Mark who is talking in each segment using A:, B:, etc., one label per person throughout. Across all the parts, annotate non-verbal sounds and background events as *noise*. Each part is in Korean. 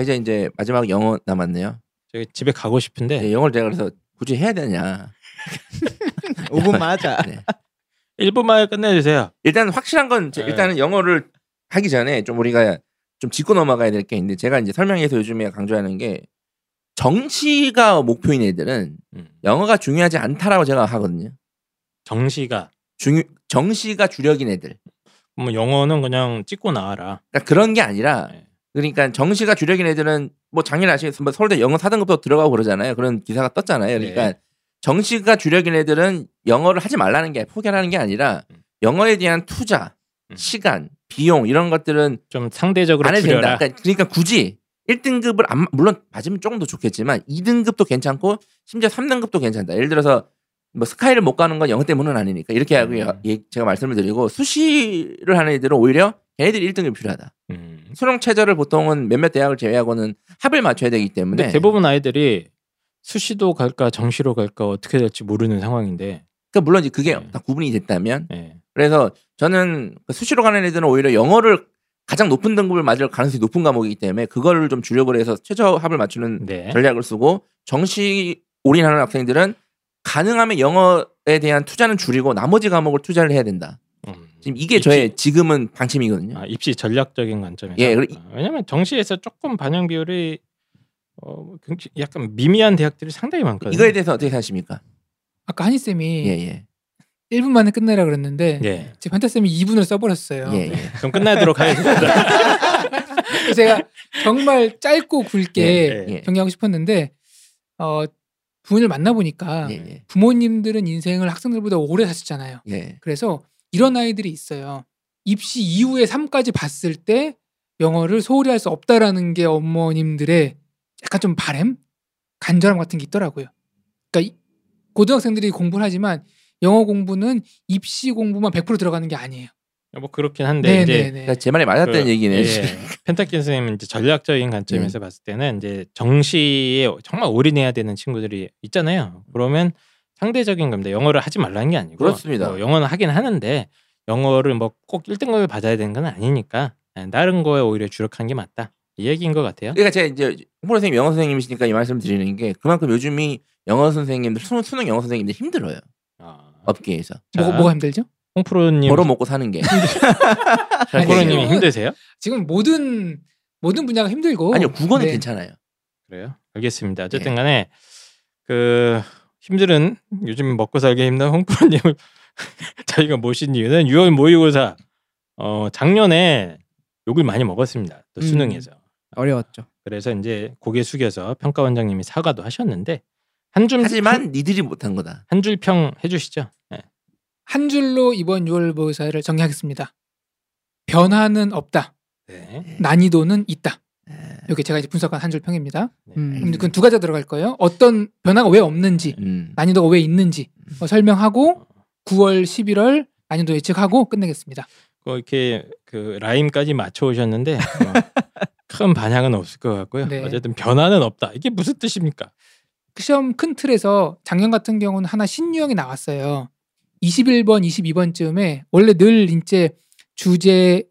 A: 이제 이제 마지막 영어 남았네요.
B: 저기 집에 가고 싶은데 *laughs*
A: 네, 영어를 제가 그래서 굳이 해야 되냐.
C: 5분 맞아.
A: 네.
B: 1분만에 끝내주세요.
A: 일단 확실한 건 제-
B: 네.
A: 일단은 영어를 하기 전에 좀 우리가 좀 짚고 넘어가야 될 게 있는데 제가 이제 설명에서 요즘에 강조하는 게 정시가 목표인 애들은
B: 음.
A: 영어가 중요하지 않다라고 제가 하거든요.
B: 정시가
A: 중 정시가 주력인 애들.
B: 뭐 영어는 그냥 찍고 나와라.
A: 그러니까 그런 게 아니라
B: 네.
A: 그러니까 정시가 주력인 애들은 뭐 작년 아시겠지만 서울대 영어 4등급도 들어가고 그러잖아요. 그런 기사가 떴잖아요.
B: 네.
A: 그러니까 정시가 주력인 애들은 영어를 하지 말라는 게 포기하라는 게 아니라
B: 음.
A: 영어에 대한 투자,
B: 음.
A: 시간, 비용 이런 것들은
B: 좀 상대적으로
A: 안 해도 된다.
B: 줄여라.
A: 그러니까, 그러니까 굳이 1등급을 안, 물론 맞으면 조금 더 좋겠지만 2등급도 괜찮고 심지어 3등급도 괜찮다. 예를 들어서 뭐 스카이를 못 가는 건 영어 때문은 아니니까 이렇게 하고
B: 음.
A: 예, 제가 말씀을 드리고 수시를 하는 애들은 오히려 걔네들이 1등급이 필요하다.
B: 음.
A: 수능 최저를 보통은 몇몇 대학을 제외하고는 합을 맞춰야 되기
B: 근데
A: 때문에
B: 대부분 아이들이 수시도 갈까 정시로 갈까 어떻게 될지 모르는 상황인데
A: 그러니까 물론 이제 그게
B: 네.
A: 다 구분이 됐다면
B: 예.
A: 그래서 저는 그 수시로 가는 애들은 오히려 영어를 가장 높은 등급을 맞을 가능성이 높은 과목이기 때문에 그거를 좀 주력으로 해서 최저 합을 맞추는
B: 네.
A: 전략을 쓰고 정시 올인하는 학생들은 가능하면 영어에 대한 투자는 줄이고 나머지 과목을 투자를 해야 된다.
B: 음.
A: 지금 이게
B: 입시-
A: 저의 지금은 방침이거든요.
B: 아, 입시 전략적인 관점에서
A: 예, 그리-
B: 아, 왜냐면 정시에서 조금 반영 비율이 어, 굉장히 약간 미미한 대학들이 상당히 많거든요.
A: 이거에 대해서 어떻게 생각하십니까?
D: 아까 한희 쌤이
A: 예, 예.
D: 1분 만에 끝내라 그랬는데
B: 예.
D: 지금 판타 쌤이 2분을 써버렸어요.
A: 예, 예.
B: 그럼
A: *laughs*
B: 끝나도록 하겠습니다.
D: 그래서 제가 정말 짧고 굵게
B: 예,
A: 예.
D: 정리하고 싶었는데 어, 부모님을 만나보니까
A: 예, 예.
D: 부모님들은 인생을 학생들보다 오래 사셨잖아요.
A: 예.
D: 그래서 이런 아이들이 있어요. 입시 이후에 삶까지 봤을 때 영어를 소홀히 할 수 없다라는 게 어머님들의 약간 좀 바램, 간절함 같은 게 있더라고요. 그러니까 이- 고등학생들이 공부를 하지만 영어 공부는 입시 공부만 100% 들어가는 게 아니에요.
B: 뭐 그렇긴 한데
D: 네,
B: 이제
D: 네, 네.
A: 그러니까 제 말이 맞았다는
B: 그,
A: 얘기네.
B: 예. 네. 펜타킨 선생님 이제 전략적인 관점에서 봤을 때는 이제 정시에 정말 올인해야 되는 친구들이 있잖아요. 그러면 상대적인 겁니다. 영어를 하지 말라는 게 아니고
A: 그렇습니다.
B: 뭐 영어는 하긴 하는데 영어를 뭐 꼭 1등급을 받아야 되는 건 아니니까 예, 다른 거에 오히려 주력한 게 맞다. 이 얘기인 것 같아요.
A: 그러니까 제가 이제 홍보 선생님 영어 선생님이시니까 이 말씀 드리는 게 그만큼 요즘이 영어 선생님들 수능, 수능 영어 선생님들 힘들어요
B: 아,
A: 업계에서
D: 뭐,
B: 자,
D: 뭐가 힘들죠?
B: 홍프로님
A: 벌어 먹고 사는 게
D: 아니,
B: 홍프로님이
D: 지금은-
B: 힘드세요?
D: 지금 모든 모든 분야가 힘들고
A: 아니요 국어는
D: 네.
A: 괜찮아요
B: 그래요? 알겠습니다. 어쨌든 간에 그 힘들은 요즘 먹고 살기 힘든 홍프로님을 *laughs* 저희가 모신 이유는 6월 모의고사 어 작년에 욕을 많이 먹었습니다. 또
C: 음.
B: 수능에서.
C: 어려웠죠.
B: 그래서 이제 고개 숙여서 평가원장님이 사과도 하셨는데 한줄
A: 하지만 니들이 못한 거다
B: 한줄 평 해주시죠. 네.
D: 한 줄로 이번 6월 모의사를 정리하겠습니다. 변화는 없다.
B: 네.
D: 난이도는 있다.
A: 예.
D: 이게 제가 이제 분석한 한 줄 평입니다.
B: 네.
C: 음.
D: 근데 그건 두 가지 들어갈 거예요. 어떤 변화가 왜 없는지,
A: 음.
D: 난이도가 왜 있는지 어, 설명하고 9월, 11월 난이도 예측하고 끝내겠습니다.
B: 뭐 이렇게 그 라임까지 맞춰 오셨는데 어, 큰 반향은 없을 것 같고요.
D: 네.
B: 어쨌든 변화는 없다. 이게 무슨 뜻입니까?
D: 그 시험 큰 틀에서 작년 같은 경우는 하나 신유형이 나왔어요. 21번, 22번쯤에 원래 늘 이제 주제,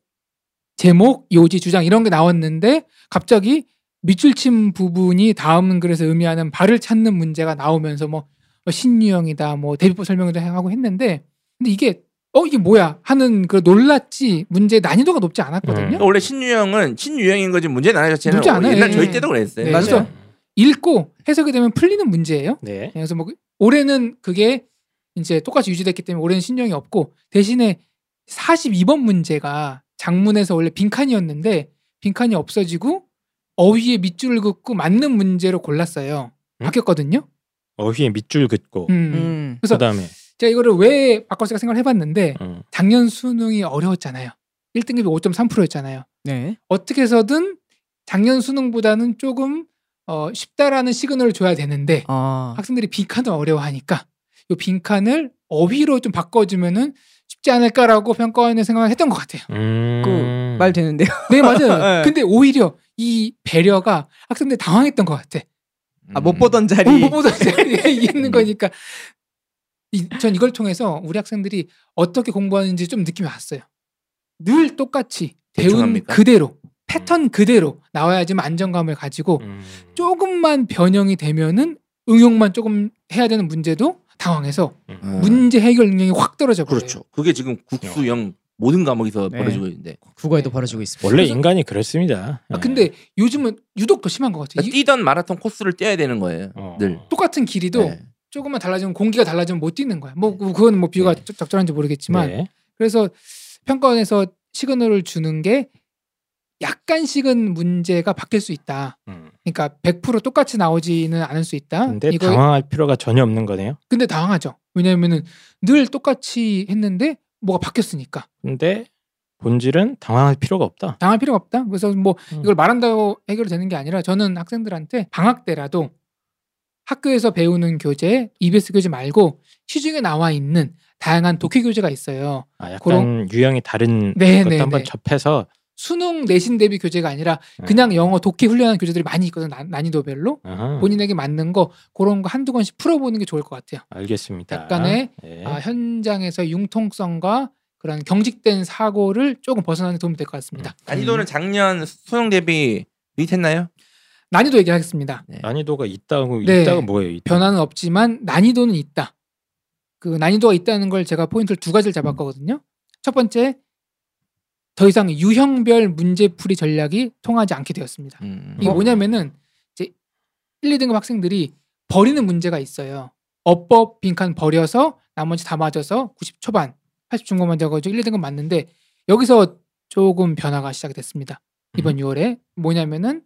D: 제목, 요지, 주장 이런 게 나왔는데 갑자기 밑줄친 부분이 다음 글에서 의미하는 발을 찾는 문제가 나오면서 뭐 어, 신유형이다, 뭐 대비법 설명도 하고 했는데 근데 이게 어 이게 뭐야 하는 그 놀랐지 문제 난이도가 높지 않았거든요.
B: 음.
A: 그러니까 원래 신유형은 신유형인 거지 문제 나눠 자체는
D: 높지 않아요.
A: 옛날
D: 예.
A: 저희 때도 그랬어요 음.
D: 네,
A: 맞아요.
D: 그래서- 읽고 해석이 되면 풀리는 문제예요.
B: 네.
D: 네, 그래서 뭐 그- 올해는 그게 이제 똑같이 유지됐기 때문에 올해는 신경이 없고 대신에 42번 문제가 장문에서 원래 빈칸이었는데 빈칸이 없어지고 어휘에 밑줄을 긋고 맞는 문제로 골랐어요.
B: 음?
D: 바뀌었거든요.
B: 어휘에 밑줄 긋고
D: 음.
C: 음.
D: 그래서-
B: 그다음에
D: 제가 이거를 왜 바꿨을까 생각을 해봤는데
B: 음.
D: 작년 수능이 어려웠잖아요. 1등급이 5.3%였잖아요.
C: 네.
D: 어떻게 해서든 작년 수능보다는 조금 어, 쉽다라는 시그널을 줘야 되는데
C: 아.
D: 학생들이 빈칸을 어려워하니까 이 빈칸을 어휘로 좀 바꿔주면은 쉽지 않을까라고 평가원의 생각을 했던 것 같아요.
B: 음.
C: 말 되는데요.
D: 네 *laughs* 맞아요.
C: 네.
D: 근데 오히려 이 배려가 학생들 이 당황했던 것 같아.
C: 아, 못 보던 자리.
D: 못 보던 *laughs* 자리에 있는 거니까 이- 전 이걸 통해서 우리 학생들이 어떻게 공부하는지 좀 느낌이 왔어요. 늘 똑같이 배운
A: 대충합니까?
D: 그대로 패턴 그대로 나와야지만 안정감을 가지고
B: 음.
D: 조금만 변형이 되면은 응용만 조금 해야 되는 문제도 당황해서
A: 음.
D: 문제 해결 능력이 확 떨어져 버려요.
A: 그렇죠. 그게 지금 국수 영 모든 과목에서
C: 네.
A: 벌어지고 있는데
E: 국어에도 벌어지고 있습니다.
B: 원래
D: 그래서-
B: 인간이 그렇습니다. 예.
D: 아, 근데 요즘은 유독 더 심한 것 같아요. 이-
A: 그러니까 뛰던 마라톤 코스를 뛰어야 되는 거예요.
B: 어.
A: 늘.
D: 똑같은 길이도
A: 네.
D: 조금만 달라지면 공기가 달라지면 못 뛰는 거야. 뭐 그- 그건 뭐 비유가 적- 적절한지 모르겠지만
B: 네.
D: 그래서 평가원에서 시그널을 주는 게 약간씩은 문제가 바뀔 수 있다.
B: 음.
D: 그러니까 100% 똑같이 나오지는 않을 수 있다.
B: 근데 당황할 필요가 전혀 없는 거네요.
D: 근데 당황하죠. 왜냐하면은 늘 똑같이 했는데 뭐가 바뀌었으니까
B: 근데 본질은 당황할 필요가 없다.
D: 당할 필요가 없다. 그래서 뭐
B: 음.
D: 이걸 말한다고 해결되는 게 아니라 저는 학생들한테 방학 때라도 학교에서 배우는 교재, EBS 교재 말고 시중에 나와 있는 다양한 독해 교재가 있어요.
B: 아, 약간
D: 그런-
B: 유형이 다른
D: 네,
B: 것도
D: 네,
B: 한번
D: 네.
B: 접해서
D: 수능 내신 대비 교재가 아니라
A: 네.
D: 그냥 영어 독해 훈련하는 교재들이 많이 있거든 요 난이도별로
A: 음.
B: 아하,
D: 본인에게 맞는 거 그런 거 한두 권씩 풀어보는 게 좋을 것 같아요.
B: 알겠습니다.
D: 약간의
B: 네.
D: 아, 현장에서 융통성과 그런 경직된 사고를 조금 벗어나는 데 도움이 될 것 같습니다.
A: 음. 난이도는 작년 수능 대비 비슷했나요?
D: 음. 난이도 얘기하겠습니다.
B: 난이도가 있다고
D: 네.
B: 있다가 뭐예요? 있다.
D: 변화는 없지만 난이도는 있다. 그 난이도가 있다는 걸 제가 포인트를 두 가지를 잡았거든요. 첫 번째, 더 이상 유형별 문제풀이 전략이 통하지 않게 되었습니다.
A: 음.
D: 이게
B: 어?
D: 뭐냐면은 이제 1, 2등급 학생들이 버리는 문제가 있어요. 어법 빈칸 버려서 나머지 다 맞아서 90 초반, 80 중반만 돼가지고 1, 2등급 맞는데 여기서 조금 변화가 시작이 됐습니다. 이번 6월에 뭐냐면은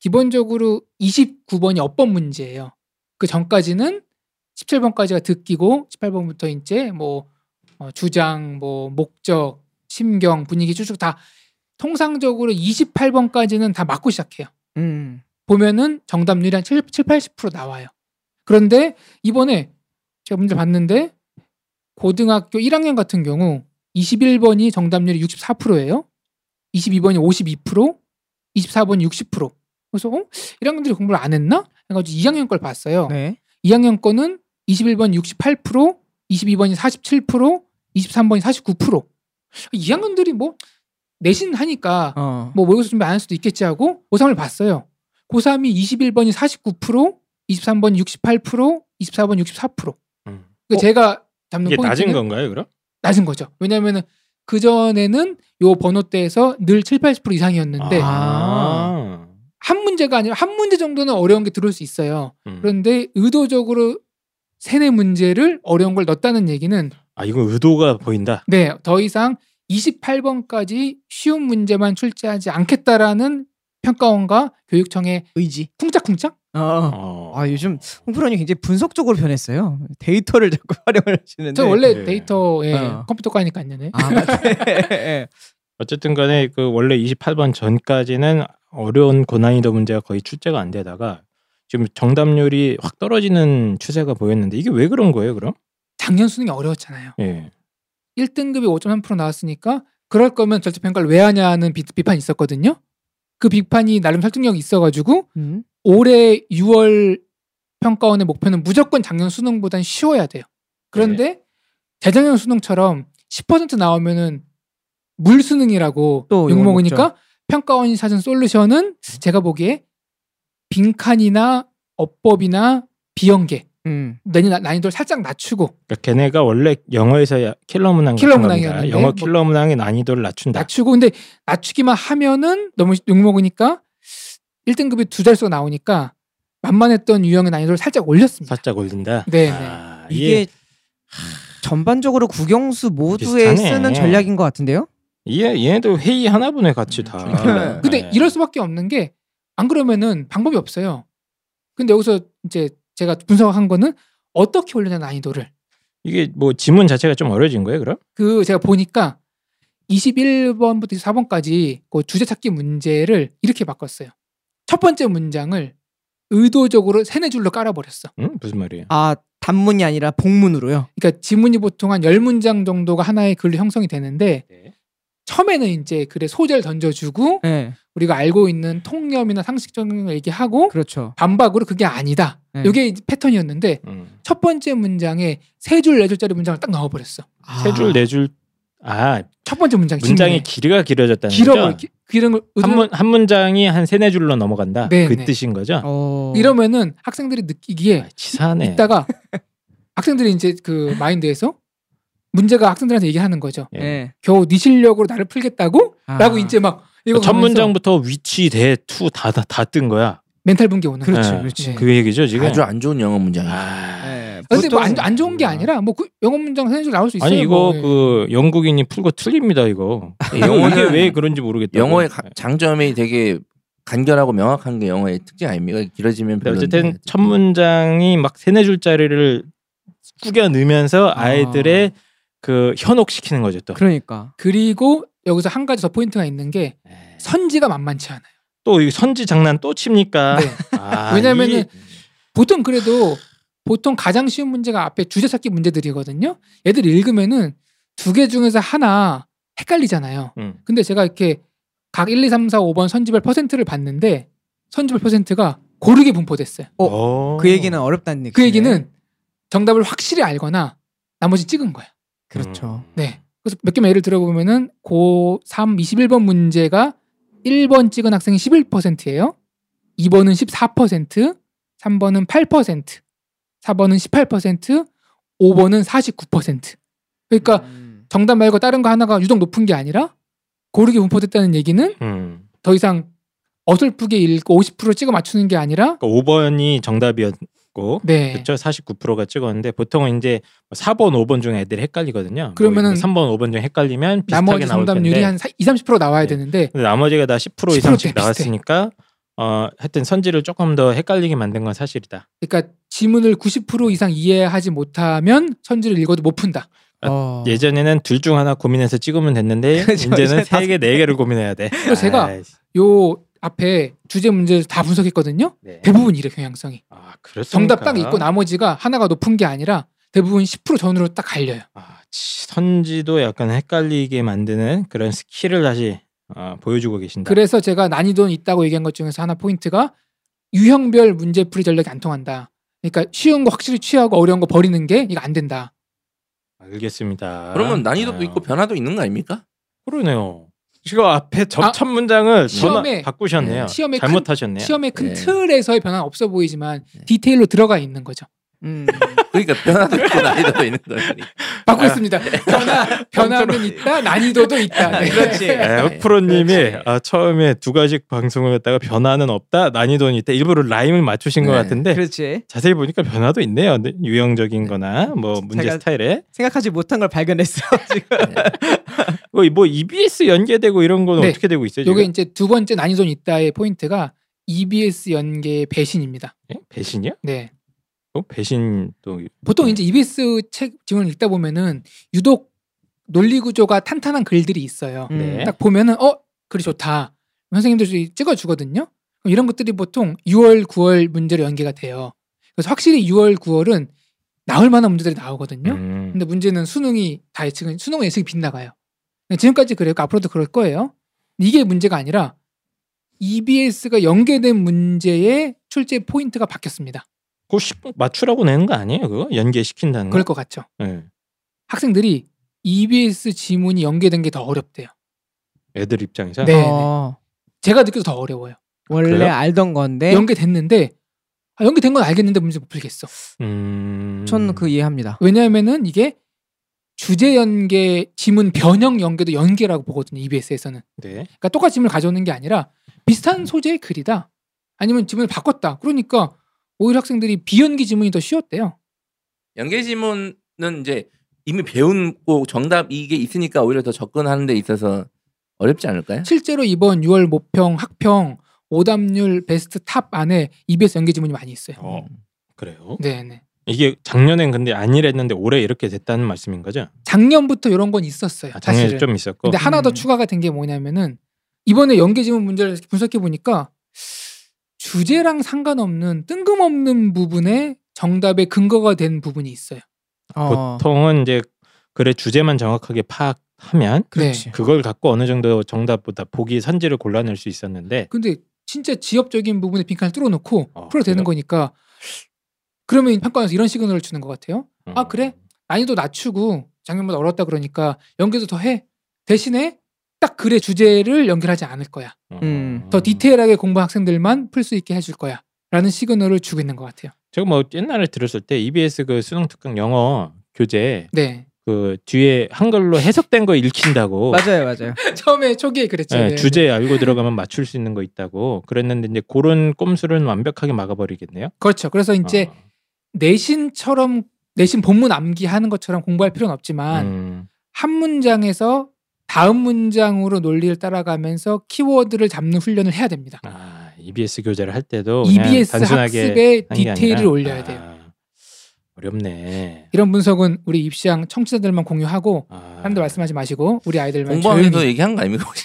D: 기본적으로 29번이 어법 문제예요. 그 전까지는 17번까지가 듣기고 18번부터 이제 뭐 어, 주장, 뭐 목적, 심경, 분위기 쭉쭉 다 통상적으로 28번까지는 다 맞고 시작해요.
C: 음.
D: 보면은 정답률이 한 7, 7 80% 나와요. 그런데 이번에 제가 문제 봤는데 고등학교 1학년 같은 경우 21번이 정답률이 64%예요. 22번이 52%, 24번이 60%. 그래서 어? 1학년들이 공부를 안 했나? 해가지고 2학년 걸 봤어요.
C: 네.
D: 2학년 거는 21번이 68%, 22번이 47%, 23번이 49%. 2학년들이 뭐 내신 하니까
C: 어.
D: 뭐 모의고사 준비 안 할 수도 있겠지 하고 고3을 봤어요. 고3이 21번이 49%, 23번이 68%, 24번이 64%. 그러니까
B: 음.
D: 제가 잡는
B: 이게
D: 포인트는
B: 낮은 건가요, 그럼?
D: 낮은 거죠. 왜냐면은 그 전에는 요 번호대에서 늘 7, 80% 이상이었는데
B: 아.
D: 한 문제가 아니라 한 문제 정도는 어려운 게 들어올 수 있어요.
B: 음.
D: 그런데 의도적으로 세네 문제를 어려운 걸 넣었다는 얘기는
B: 아, 이건 의도가 보인다.
D: 네, 더 이상 28번까지 쉬운 문제만 출제하지 않겠다라는 평가원과 교육청의
C: 의지.
D: 쿵짝쿵짝?
C: 어.
B: 어.
C: 아 요즘 홍프로님 굉장히 분석적으로 변했어요. 데이터를 자꾸 *laughs* 활용을 하시는데. 그
D: 저 원래
B: 네.
D: 데이터에
C: 어.
D: 컴퓨터과니까 안 년에. *laughs*
C: 아 맞네.
B: 어쨌든 간에 그 원래 28번 전까지는 어려운 고난이도 문제가 거의 출제가 안 되다가 지금 정답률이 확 떨어지는 추세가 보였는데 이게 왜 그런 거예요, 그럼?
D: 작년 수능이 어려웠잖아요.
B: 예.
D: 1등급이 5.3% 나왔으니까 그럴 거면 절대 평가를 왜 하냐는 비, 판이 있었거든요. 그 비판이 나름 설득력이 있어가지고
C: 음.
D: 올해 6월 평가원의 목표는 무조건 작년 수능보단 쉬워야 돼요. 그런데
C: 네.
D: 재작년 수능처럼 10% 나오면은 물수능이라고
C: 또 욕을
D: 욕먹으니까 평가원이 찾은 솔루션은 제가 보기에 빈칸이나 어법이나 비형계
C: 음.
D: 난이- 난이도를 살짝 낮추고
B: 그러니까 걔네가 원래 영어에서 야- 킬러 문항
D: 킬러
B: 같은 겁니다.
D: 문항이었는데
B: 영어
D: 뭐-
B: 킬러 문항의 난이도를
A: 네.
B: 낮춘다.
D: 낮추고 근데 낮추기만 하면은 너무 욕먹으니까 1등급이 두 자릿수가 나오니까 만만했던 유형의 난이도를 살짝 올렸습니다.
B: 살짝 올린다.
D: 네,
B: 아, 이게
C: 이게 전반적으로 국영수 모두에
B: 비슷하네.
C: 쓰는 전략인 것 같은데요.
B: 얘 얘네도 회의 하나 보네 같이
A: 음,
B: 다.
A: 좀 그러네.
D: 근데
B: 네.
D: 이럴 수밖에 없는 게 안 그러면은 방법이 없어요. 근데 여기서 이제 제가 분석한 거는 어떻게 올리냐 난이도를
B: 이게 뭐 지문 자체가 좀 어려진 거예요, 그럼?
D: 그 제가 보니까 21번부터 24번까지 그 주제 찾기 문제를 이렇게 바꿨어요. 첫 번째 문장을 의도적으로 세네 줄로 깔아버렸어.
B: 응? 무슨 말이에요?
C: 아 단문이 아니라 복문으로요.
D: 그러니까 지문이 보통 한 10문장 정도가 하나의 글로 형성이 되는데
B: 네.
D: 처음에는 이제 글에 소재를 던져주고
C: 네,
D: 우리가 알고 있는 통념이나 상식적인 걸 얘기하고
C: 그렇죠.
D: 반박으로 그게 아니다.
C: 네.
D: 이게 이제 패턴이었는데
B: 음.
D: 첫 번째 문장에 세 줄, 네 줄짜리 문장을 딱 넣어버렸어.
B: 세줄 네 줄 아
D: 첫 번째 문장
B: 문장의
D: 질문에.
B: 길이가 길어졌다는
D: 길어
B: 거죠.
D: 이런 걸 의도-
B: 한, 문, 한 문장이 한 세네 줄로 넘어간다.
D: 네,
B: 그
D: 네.
B: 뜻인 거죠.
C: 어.
D: 이러면은 학생들이 느끼기에
B: 아, 치사하네.
D: 있다가 학생들이 이제 그 마인드에서 문제가 학생들한테 얘기하는 거죠.
B: 예.
C: 예.
D: 겨우 네 실력으로 나를 풀겠다고?
C: 아.
D: 라고 이제 막 이거
B: 그러니까 첫
D: 보면서
B: 문장부터 그 위치 대투다다뜬 거야.
D: 멘탈 붕괴 오는
C: 그렇죠,
D: 거죠.
B: 예.
C: 그렇지.
D: 네.
B: 그 얘기죠 지금.
A: 아주 안 좋은 영어 문장이에요.
B: 아.
C: 예.
D: 근데 뭐
C: 보통은-
D: 안, 안 좋은 게 아니라 뭐 그 영어 문장 선생님 나올 수
B: 음.
D: 있어요.
B: 아니 이거
D: 뭐. 예.
B: 그 영국인이 풀고 틀립니다 이거. 이게
A: 영어는
B: 왜 그런지 네. 모르겠다.
A: 영어의 가- 장점이 되게 간결하고 명확한 게 영어의 특징 아닙니까? 길어지면 네,
B: 근데
A: 별로.
B: 어쨌든 첫 문장이 막 세네 줄짜리를 꾸겨 넣으면서 아이들의 그 현혹시키는 거죠 또.
C: 그러니까
D: 그리고 여기서 한 가지 더 포인트가 있는 게
B: 예.
D: 선지가 만만치 않아요.
B: 또이 선지 장난 또 칩니까?
D: 네.
B: 아,
D: 왜냐면은
B: 이-
D: 보통 그래도 보통 가장 쉬운 문제가 앞에 주제 찾기 문제들이거든요. 얘들 읽으면은 두 개 중에서 하나 헷갈리잖아요.
B: 음.
D: 근데 제가 이렇게 각 1, 2, 3, 4, 5번 선지별 퍼센트를 봤는데 선지별 퍼센트가 고르게 분포됐어요.
C: 어,
B: 어.
C: 그 얘기는 어렵다는 음. 얘기.
D: 그
B: 네.
D: 얘기는 정답을 확실히 알거나 나머지 찍은 거야.
C: 그렇죠.
B: 음.
D: 네. 그래서 몇 개만 예를 들어보면은 고3 21번 문제가 1번 찍은 학생이 11%예요. 2번은 14%, 3번은 8%, 4번은 18%, 5번은 49%. 그러니까
C: 음.
D: 정답 말고 다른 거 하나가 유독 높은 게 아니라 고르게 분포됐다는 얘기는
B: 음.
D: 더 이상 어설프게 읽고 50% 찍어 맞추는 게 아니라
B: 그러니까 5번이 정답이었고
D: 네.
B: 그렇죠. 49%가 찍었는데 보통은 이제 4번, 5번 중에 애들이 헷갈리거든요. 뭐
D: 그러면은
B: 3번, 5번 중에 헷갈리면 비슷하게
D: 나머지
B: 나올 텐데
D: 정답률이 한 2, 30% 나와야
B: 네.
D: 되는데
B: 근데 나머지가 다 10%
D: 10%
B: 이상씩
D: 대 비슷해.
B: 나왔으니까 어 하여튼 선지를 조금 더 헷갈리게 만든 건 사실이다.
D: 그러니까 지문을 90% 이상 이해하지 못하면 선지를 읽어도 못 푼다.
C: 어.
B: 예전에는 둘 중 하나 고민해서 찍으면
D: *laughs*
B: 됐는데
C: 그죠,
D: 그렇죠.
B: 이제는
C: 이제
B: 세 개, 네 개를 고민해야 돼.
D: 그래서 제가
B: 아이씨,
D: 요 앞에 주제 문제 다 분석했거든요.
B: 네.
D: 대부분 이래 경향성이.
B: 아, 그렇습니까?
D: 정답 딱 있고 나머지가 하나가 높은 게 아니라 대부분 10% 전후로 딱 갈려요.
B: 아, 치, 선지도 약간 헷갈리게 만드는 그런 스킬을 다시 어, 보여주고 계신다.
D: 그래서 제가 난이도는 있다고 얘기한 것 중에서 하나 포인트가 유형별 문제풀이 전략이 안 통한다. 그러니까 쉬운 거 확실히 취하고 어려운 거 버리는 게 이거 안 된다.
B: 알겠습니다.
A: 그러면 난이도도
B: 아유,
A: 있고 변화도 있는 거 아닙니까?
B: 그러네요. 지금 앞에
D: 아,
B: 접첫 문장을 전화
D: 시험에-
B: 바꾸셨네요.
D: 네, 시험에
B: 잘못하셨네요.
D: 시험의 큰
A: 네.
D: 틀에서의 변화는 없어 보이지만
A: 네.
D: 디테일로 들어가 있는 거죠.
C: 음.
A: 그러니까 변화도
B: *laughs*
A: 있고 난이도도 있는 거예요.
D: 바꾸겠습니다. 변화, 변화는 있다, 난이도도 있다. 네.
C: 아, 그렇지.
B: 에, 프로님이
A: 그렇지.
B: 아, 처음에 두 가지 방송을 했다가 변화는 없다, 난이도는 있다 일부러 라임을 맞추신 것
A: 네,
B: 같은데
C: 그렇지.
B: 자세히 보니까 변화도 있네요. 근데 유형적인거나
D: 네.
B: 뭐 문제
C: 제가-
B: 스타일에
C: 생각하지 못한 걸 발견했어 *laughs* 지금.
A: 네.
B: 뭐, 이- 뭐 EBS 연계되고 이런 거는
D: 네.
B: 어떻게 되고 있어요?
D: 요게
B: 지금?
D: 이제 두 번째 난이도는 있다의 포인트가 EBS 연계 배신입니다.
B: 예? 배신이요?
D: 네.
B: 어? 배신 또
D: 보통
B: 네.
D: 이제 EBS 책 지문을 읽다 보면은 유독 논리 구조가 탄탄한 글들이 있어요.
C: 음.
B: 네.
D: 딱 보면은 어 글이 좋다. 선생님들이 찍어 주거든요. 이런 것들이 보통 6월, 9월 문제로 연계가 돼요. 그래서 확실히 6월, 9월은 나올 만한 문제들이 나오거든요.
B: 음.
D: 근데 문제는 수능이 다 예측은 수능 예측이 빗나가요. 네, 지금까지 그래요. 그러니까 앞으로도 그럴 거예요. 이게 문제가 아니라 EBS가 연계된 문제의 출제 포인트가 바뀌었습니다.
B: 그거 쉽 맞추라고 내는 거 아니에요? 그거 연계시킨다는 거.
D: 그럴 것 같죠.
B: 예.
D: 학생들이 EBS 지문이 연계된 게 더 어렵대요.
B: 애들 입장에서
D: 네,
C: 어,
D: 제가 느껴도 더 어려워요.
C: 원래
B: 그래요?
C: 알던 건데
D: 연계됐는데 아, 연계된 건 알겠는데 문제 못 풀겠어.
B: 음...
C: 저는 그 이해합니다.
D: 왜냐하면은 이게 주제 연계, 지문 변형 연계도 연계라고 보거든요. E EBS에서는.
B: 네.
D: 그러니까 똑같이 지문을 가져오는 게 아니라 비슷한 소재의 글이다. 아니면 지문을 바꿨다. 그러니까 오히려 학생들이 비연기 지문이 더 쉬웠대요.
A: 연계 지문은 이제 이미 배운 고 정답 이게 있으니까 오히려 더 접근하는 데 있어서 어렵지 않을까요?
D: 실제로 이번 6월 모평, 학평, 오답률 베스트 탑 안에 EBS 연계 지문이 많이 있어요.
B: 어,
C: 음.
B: 그래요?
D: 네네.
B: 이게 작년엔 근데 아니랬는데 올해 이렇게 됐다는 말씀인 거죠?
D: 작년부터 이런 건 있었어요.
B: 아, 작년에
D: 네, 사실은.
B: 좀 있었고.
D: 근데 하나 더
C: 음.
D: 추가가 된 게 뭐냐면은 이번에 연계 지문 문제를 분석해 보니까 주제랑 상관없는 뜬금없는 부분에 정답의 근거가 된 부분이 있어요.
C: 어,
B: 보통은 이제 글의 주제만 정확하게 파악하면
C: 그렇지.
B: 그걸 갖고 어느 정도 정답보다 보기 선지를 골라낼 수 있었는데
D: 근데 진짜 지엽적인 부분에 빈칸을 뚫어놓고
B: 어,
D: 풀어
B: 그래요?
D: 되는 거니까
B: 음,
D: 그러면 평가원에서 이런 시그널을 주는 것 같아요. 아, 그래? 난이도 낮추고 작년보다 어렵다 그러니까 연결도 더 해. 대신에 딱 글의 주제를 연결하지 않을 거야.
B: 어.
C: 음.
D: 더 디테일하게 공부한 학생들만 풀 수 있게 해줄 거야. 라는 시그널을 주고 있는 것 같아요.
B: 제가 뭐 옛날에 들었을 때 EBS 그 수능 특강 영어 교재
D: 네. *laughs*
B: 그 뒤에 한글로 해석된 거 읽힌다고
C: 맞아요, 맞아요.
D: 처음에 초기에 그랬죠.
B: 예,
D: 네.
B: 주제 알고 들어가면 맞출 수 있는 거 있다고 그랬는데 이제 그런 꼼수를 완벽하게 막아버리겠네요.
D: 그렇죠. 그래서 이제
B: 어.
D: 내신처럼 내신 본문 암기하는 것처럼 공부할 필요는 없지만
B: 음.
D: 한 문장에서 다음 문장으로 논리를 따라가면서 키워드를 잡는 훈련을 해야 됩니다.
B: 아, EBS 교재를 할 때도 그냥
D: EBS
B: 단순하게
D: E 학습의
B: 한게
D: 디테일을
B: 아니라,
D: 올려야
B: 아,
D: 돼요.
B: 어렵네.
D: 이런 분석은 우리 입시왕 청취자들만 공유하고
B: 아,
D: 사람들 말씀하지 마시고 우리 아이들만
A: 공부하면서
D: 조용히
A: 얘기한 거 아닙니까? 혹시?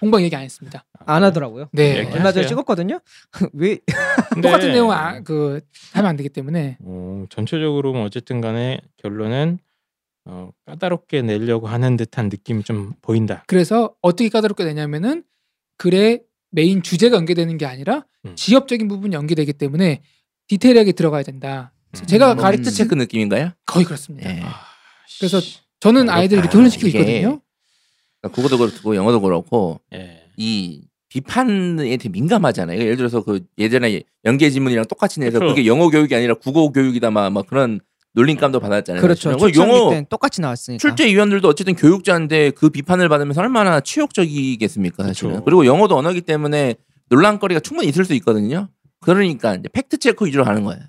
D: 공방 얘기 안 했습니다.
C: 안 하더라고요.
D: 네.
B: 얘기-
C: 얼마 전에
B: 하세요.
C: 찍었거든요. *laughs* 왜
B: 근데-
D: 똑같은 내용 아, 그 하면 안 되기 때문에
B: 어, 전체적으로 뭐 어쨌든 간에 결론은 어, 까다롭게 내려고 하는 듯한 느낌이 좀 보인다.
D: 그래서 어떻게 까다롭게 되냐면은 글의 메인 주제가 연계되는 게 아니라
B: 음.
D: 지엽적인 부분이 연계되기 때문에 디테일하게 들어가야 된다.
B: 음.
D: 제가
A: 뭐
D: 가르친
A: 팩트 체크 느낌인가요?
D: 거의 그렇습니다.
A: 예.
B: 아, 씨.
D: 그래서 저는 아이들 이렇게
A: 어렵다,
D: 훈련시키고
A: 이게.
D: 있거든요.
A: *laughs* 그러니까 국어도 그렇고 영어도 그렇고
B: 예.
A: 이 비판에 되게 민감하잖아요. 예를 들어서 그 예전에 연계 지문이랑 똑같이 내서
B: 그렇죠.
A: 그게 영어 교육이 아니라 국어 교육이다 막, 막 그런
B: 음.
A: 놀림감도 받았잖아요.
C: 그렇죠.
A: 사실은. 그거
C: 영어
A: 영어
C: 때 똑같이 나왔으니까.
A: 출제위원들도 어쨌든 교육자인데 그 비판을 받으면서 얼마나 치욕적이겠습니까 사실은.
B: 그렇죠.
A: 그리고 영어도 언어기 때문에 논란거리가 충분히 있을 수 있거든요. 그러니까 이제 팩트 체크 위주로 하는 거예요.